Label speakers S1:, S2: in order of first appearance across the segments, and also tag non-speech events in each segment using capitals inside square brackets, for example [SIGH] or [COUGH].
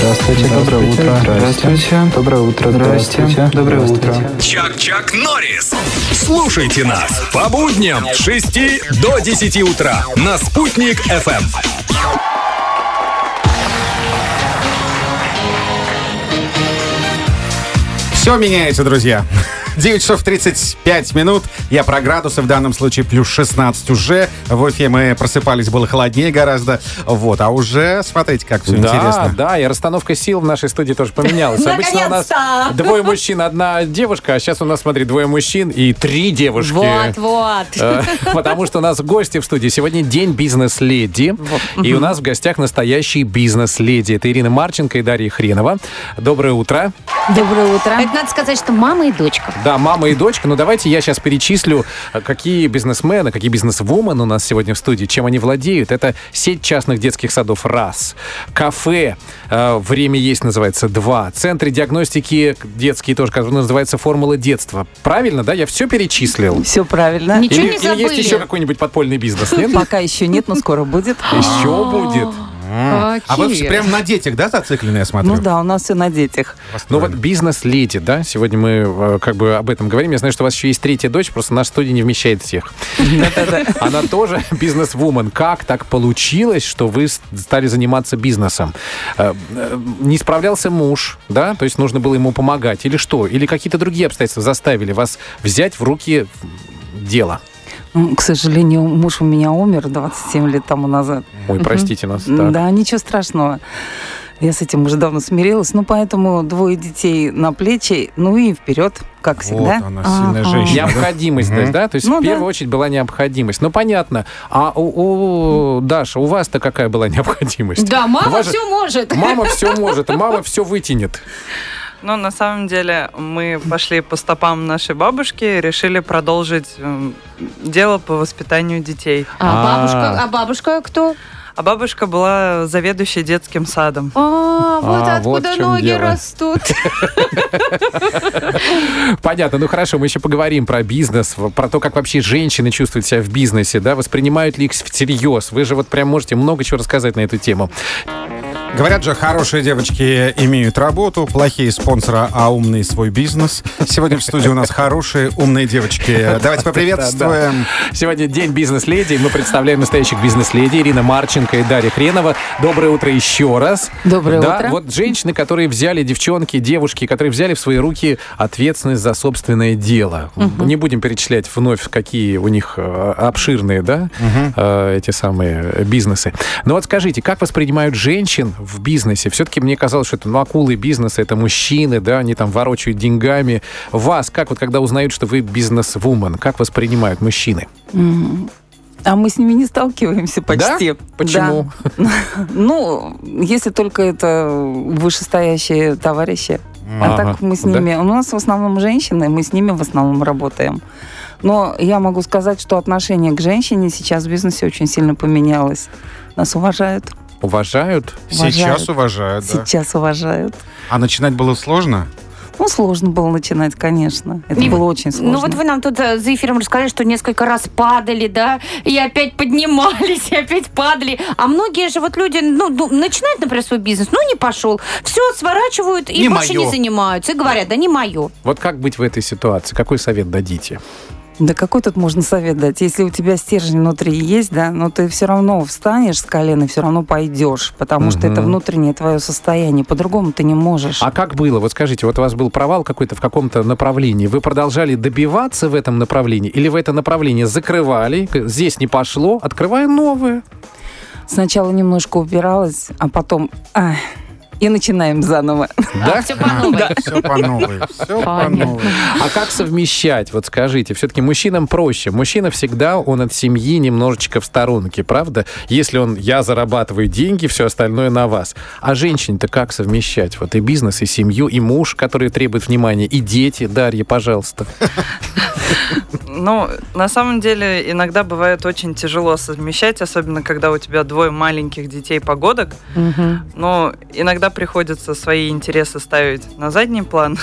S1: Здравствуйте. Доброе утро. Здравствуйте. Доброе утро. Здравствуйте. Доброе утро.
S2: Чак-Чак Норрис. Слушайте нас по будням с 6 до 10 утра на Спутник Эм». FM.
S3: Все меняется, друзья. [LAUGHS] 9 часов 35 минут. Я про градусы, в данном случае плюс 16 уже. В Уфе мы просыпались, было холоднее гораздо. Вот, а уже, смотрите, как все
S4: Да,
S3: интересно.
S4: да, и расстановка сил в нашей студии тоже поменялась. Обычно у нас
S5: Наконец-то!
S4: двое мужчин, одна девушка, а сейчас у нас, смотри, двое мужчин и три девушки.
S5: Вот, вот.
S4: Э, Потому что у нас гости в студии. Сегодня день бизнес-леди. И у нас в гостях настоящие бизнес-леди. Это Ирина Марченко и Дарья Хренова. Доброе утро.
S6: Доброе утро.
S5: Это надо сказать, что мама и дочка.
S4: Да, мама и дочка. Ну, давайте я сейчас перечислю, э, какие бизнесмены, какие бизнесвумен у нас сегодня в студии, чем они владеют. Это сеть частных детских садов раз, кафе э, «Время есть» называется два, центры диагностики детские тоже, который называется «Формула детства». Правильно, да? Я все перечислил?
S6: Все правильно.
S5: Ничего
S4: или,
S5: не
S4: или есть
S5: забыли.
S4: еще какой-нибудь подпольный бизнес?
S5: [LAUGHS]
S4: Нет?
S6: Пока еще нет, но скоро будет.
S4: Еще будет.
S3: А вы
S5: Какие?
S3: все прям на детях, да, зациклены, я смотрю?
S6: Ну да, у нас все на детях.
S4: Ну вот бизнес-леди, да? Сегодня мы э, как бы об этом говорим. Я знаю, что у вас еще есть третья дочь, просто наша студия не вмещает всех. [LAUGHS] Она тоже бизнес-вумен. Как так получилось, что вы с- стали заниматься бизнесом? Э, э, Не справлялся муж, да? То есть нужно было ему помогать или что? Или какие-то другие обстоятельства заставили вас взять в руки дело?
S6: М, Ну, К сожалению, муж у меня умер 27 лет тому назад.
S4: Ой, простите нас. так.
S6: Да, ничего страшного. Я с этим уже давно смирилась. Ну, поэтому двое детей на плечи, ну и вперед, как всегда.
S3: Вот она, сильная
S5: А-а.
S3: женщина. да?
S4: Необходимость, то есть, да? То есть
S6: Ну
S4: в
S6: да.
S4: первую очередь была необходимость. Ну понятно. А у, у- Даша, у вас-то какая была необходимость?
S5: Да,
S4: У
S5: мама
S4: вас же-
S5: все может.
S4: Мама все может, и мама все вытянет.
S7: Но Ну, на самом деле мы пошли по стопам нашей бабушки и решили продолжить м, дело по воспитанию детей.
S5: А
S4: А.
S5: бабушка, а бабушка кто?
S7: А бабушка была заведующей детским садом.
S5: А, вот
S4: А, вот
S5: откуда
S4: в чем
S5: ноги
S4: дело.
S5: растут.
S4: Понятно, ну хорошо, мы еще поговорим про бизнес, в- про то, как вообще женщины чувствуют себя в бизнесе, да, воспринимают ли их всерьез. Вы же вот прям можете много чего рассказать на эту тему.
S3: Говорят же, хорошие девочки имеют работу, плохие спонсора, а умные свой бизнес. Сегодня в студии у нас хорошие, умные девочки. Давайте поприветствуем.
S4: Сегодня день бизнес-леди, и мы представляем настоящих бизнес-леди Ирина Марченко и Дарья Хренова. Доброе утро еще раз.
S6: Доброе
S4: да,
S6: утро.
S4: вот женщины, которые взяли, девчонки, девушки, которые взяли в свои руки ответственность за собственное дело. Не будем перечислять вновь, какие у них э, обширные, да, э, эти самые э, бизнесы. Но вот скажите, как воспринимают женщин в бизнесе? Все-таки мне казалось, что это ну, акулы бизнеса, это мужчины, да, они там ворочают деньгами. Вас, как вот когда узнают, что вы бизнес-вумен, как воспринимают мужчины?
S6: А мы с ними не сталкиваемся почти.
S4: Почему?
S6: Да. Ну, если только это вышестоящие товарищи. А
S4: Ага.
S6: так мы с
S4: Да?
S6: ними... У нас в основном женщины, мы с ними в основном работаем. Но я могу сказать, что отношение к женщине сейчас в бизнесе очень сильно поменялось. Нас уважают,
S4: Уважают?
S3: Сейчас уважают, да.
S6: сейчас уважают.
S3: А начинать было сложно?
S6: Ну, сложно было начинать, конечно. Это
S5: Не-
S6: было очень сложно.
S5: Ну вот вы нам тут э, за эфиром рассказали, что несколько раз падали, да, и опять поднимались, [LAUGHS] и опять падали. А многие же вот люди, ну, ду- начинают, например, свой бизнес, ну, не пошел, все, сворачивают и
S3: Не
S5: больше
S3: моё.
S5: не занимаются. И говорят, да не мое.
S4: Вот как быть в этой ситуации? Какой совет дадите?
S6: Да какой тут можно совет дать? Если у тебя стержень внутри есть, да, но ты все равно встанешь с колен и все равно пойдешь, потому что
S4: Мгм.
S6: это внутреннее твое состояние. По-другому ты не можешь.
S4: А как было? Вот скажите, вот у вас был провал какой-то в каком-то направлении. Вы продолжали добиваться в этом направлении? Или вы это направление закрывали? к- Здесь не пошло, открывая новое.
S6: Сначала немножко упиралась, а потом... «Ай». и начинаем заново.
S4: Да?
S5: Все по новой.
S3: Все по новой. Все по новой.
S4: А как совмещать? Вот скажите, все-таки мужчинам проще. Мужчина всегда, он от семьи немножечко в сторонке, правда? Если он, я зарабатываю деньги, все остальное на вас. А женщине-то как совмещать? Вот и бизнес, и семью, и муж, который требует внимания, и дети. Дарья, пожалуйста.
S7: Ну, на самом деле, иногда бывает очень тяжело совмещать, особенно когда у тебя двое маленьких детей погодок. Но иногда приходится свои интересы ставить на задний план.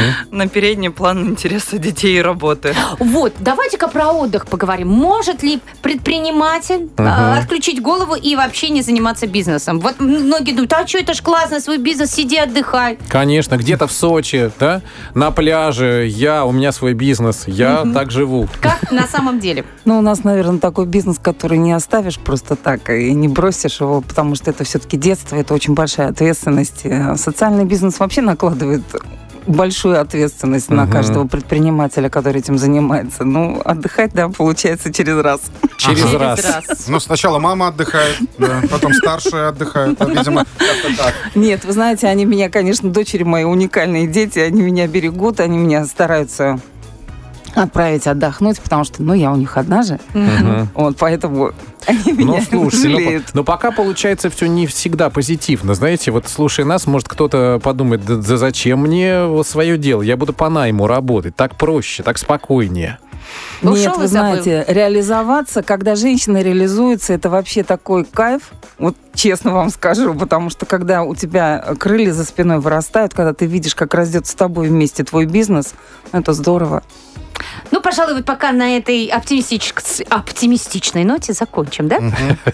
S7: [LAUGHS] на передний план интереса детей и работы.
S5: Вот, давайте-ка про отдых поговорим. Может ли предприниматель а, отключить голову и вообще не заниматься бизнесом? Вот м- многие думают, а что, это ж классно, свой бизнес, сиди, отдыхай.
S4: Конечно, где-то в Сочи, да, на пляже, я, у меня свой бизнес, я так живу.
S5: Как на самом деле?
S6: Ну, у нас, наверное, такой бизнес, который не оставишь просто так и не бросишь его, потому что это все-таки детство, это очень большая ответственность. Э, Социальный бизнес вообще накладывает большую ответственность на каждого предпринимателя, который этим занимается. Ну, отдыхать, да, получается через раз.
S4: Через раз.
S3: Ну, сначала мама отдыхает, да, потом старшая отдыхает, а, видимо, как-то так.
S6: Нет, вы знаете, они меня, конечно, дочери мои уникальные дети, они меня берегут, они меня стараются отправить отдохнуть, потому что, ну, я у них одна же.
S4: Мгм.
S6: Вот, поэтому они [LAUGHS] меня
S4: Ну, слушайте, ну,
S6: жалеют.
S4: по- но пока получается все не всегда позитивно. Знаете, вот слушая нас, может кто-то подумает, да, да зачем мне свое дело? Я буду по найму работать. Так проще, так спокойнее. [LAUGHS]
S5: Ушел
S6: Нет,
S5: и
S6: вы
S5: забыл.
S6: знаете, реализоваться, когда женщина реализуется, это вообще такой кайф. Вот честно вам скажу, потому что когда у тебя крылья за спиной вырастают, когда ты видишь, как растет с тобой вместе твой бизнес, ну, это здорово.
S5: Ну, пожалуй, вот пока на этой оптимистич- оптимистичной ноте закончим, да?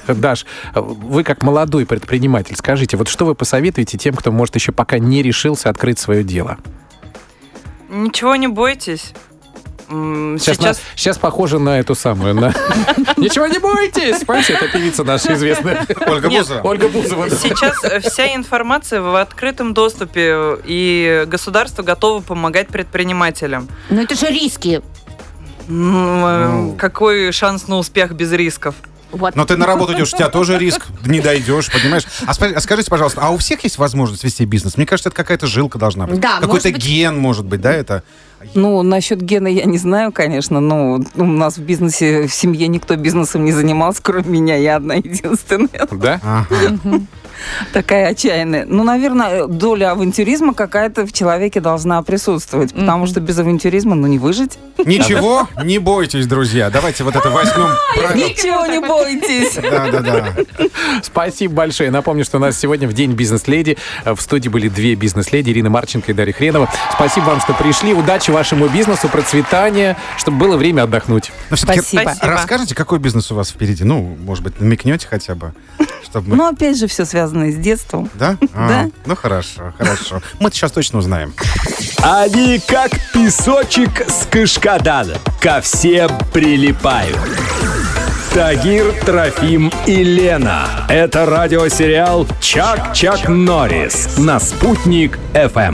S4: Даш, вы как молодой предприниматель, скажите, вот что вы посоветуете тем, кто, может, еще пока не решился открыть свое дело?
S7: Ничего не бойтесь. М,
S4: Сейчас,
S7: Сейчас,
S4: на- сейчас похоже на эту самую. на- Ничего не бойтесь! Понимаете, это певица наша известная.
S3: Ольга
S7: Нет.
S3: Бузова.
S4: Ольга Бузова. да.
S7: Сейчас э, вся информация в открытом доступе, э, и государство готово помогать предпринимателям.
S5: Ну, это же риски.
S7: М, э, Какой шанс на успех без рисков?
S5: Вот.
S3: Но ты на работу идешь, у тебя тоже риск, не дойдешь, понимаешь? А, спа- а скажите, пожалуйста, а у всех есть возможность вести бизнес? Мне кажется, это какая-то жилка должна быть.
S5: Да,
S3: Какой-то
S5: может быть.
S3: ген, может быть, да, это?
S6: Ну, насчет гена я не знаю, конечно, но у нас в бизнесе, в семье никто бизнесом не занимался, кроме меня, я одна единственная.
S4: Да?
S6: [LAUGHS]
S5: [LAUGHS]
S3: Ага.
S6: такая отчаянная. Ну, наверное, доля авантюризма какая-то в человеке должна присутствовать, потому что без авантюризма, ну, не выжить.
S3: Ничего, не бойтесь, друзья. Давайте вот это
S5: [LAUGHS]
S3: возьмем. правило.
S6: Ничего не бойтесь.
S3: Да-да-да.
S4: Спасибо большое. Напомню, что у нас сегодня в День бизнес-леди. э, В студии были две бизнес-леди, Ирина Марченко и Дарья Хренова. Спасибо вам, что пришли. Удачи вашему бизнесу, процветания, чтобы было время отдохнуть.
S3: Но все-таки
S6: Спасибо.
S7: Спасибо.
S3: расскажите, какой бизнес у вас впереди? Ну, может быть, намекнете хотя бы, чтобы мы...
S6: Ну, опять же, все связано с детством.
S3: Да? А,
S6: да.
S3: Ну, хорошо, хорошо. Мы-то сейчас точно узнаем.
S8: Они как песочек с Кашкадана. Ко всем прилипают. Тагир, Трофим и Лена. Это радиосериал «Чак-Чак Норрис» на «Спутник ФМ».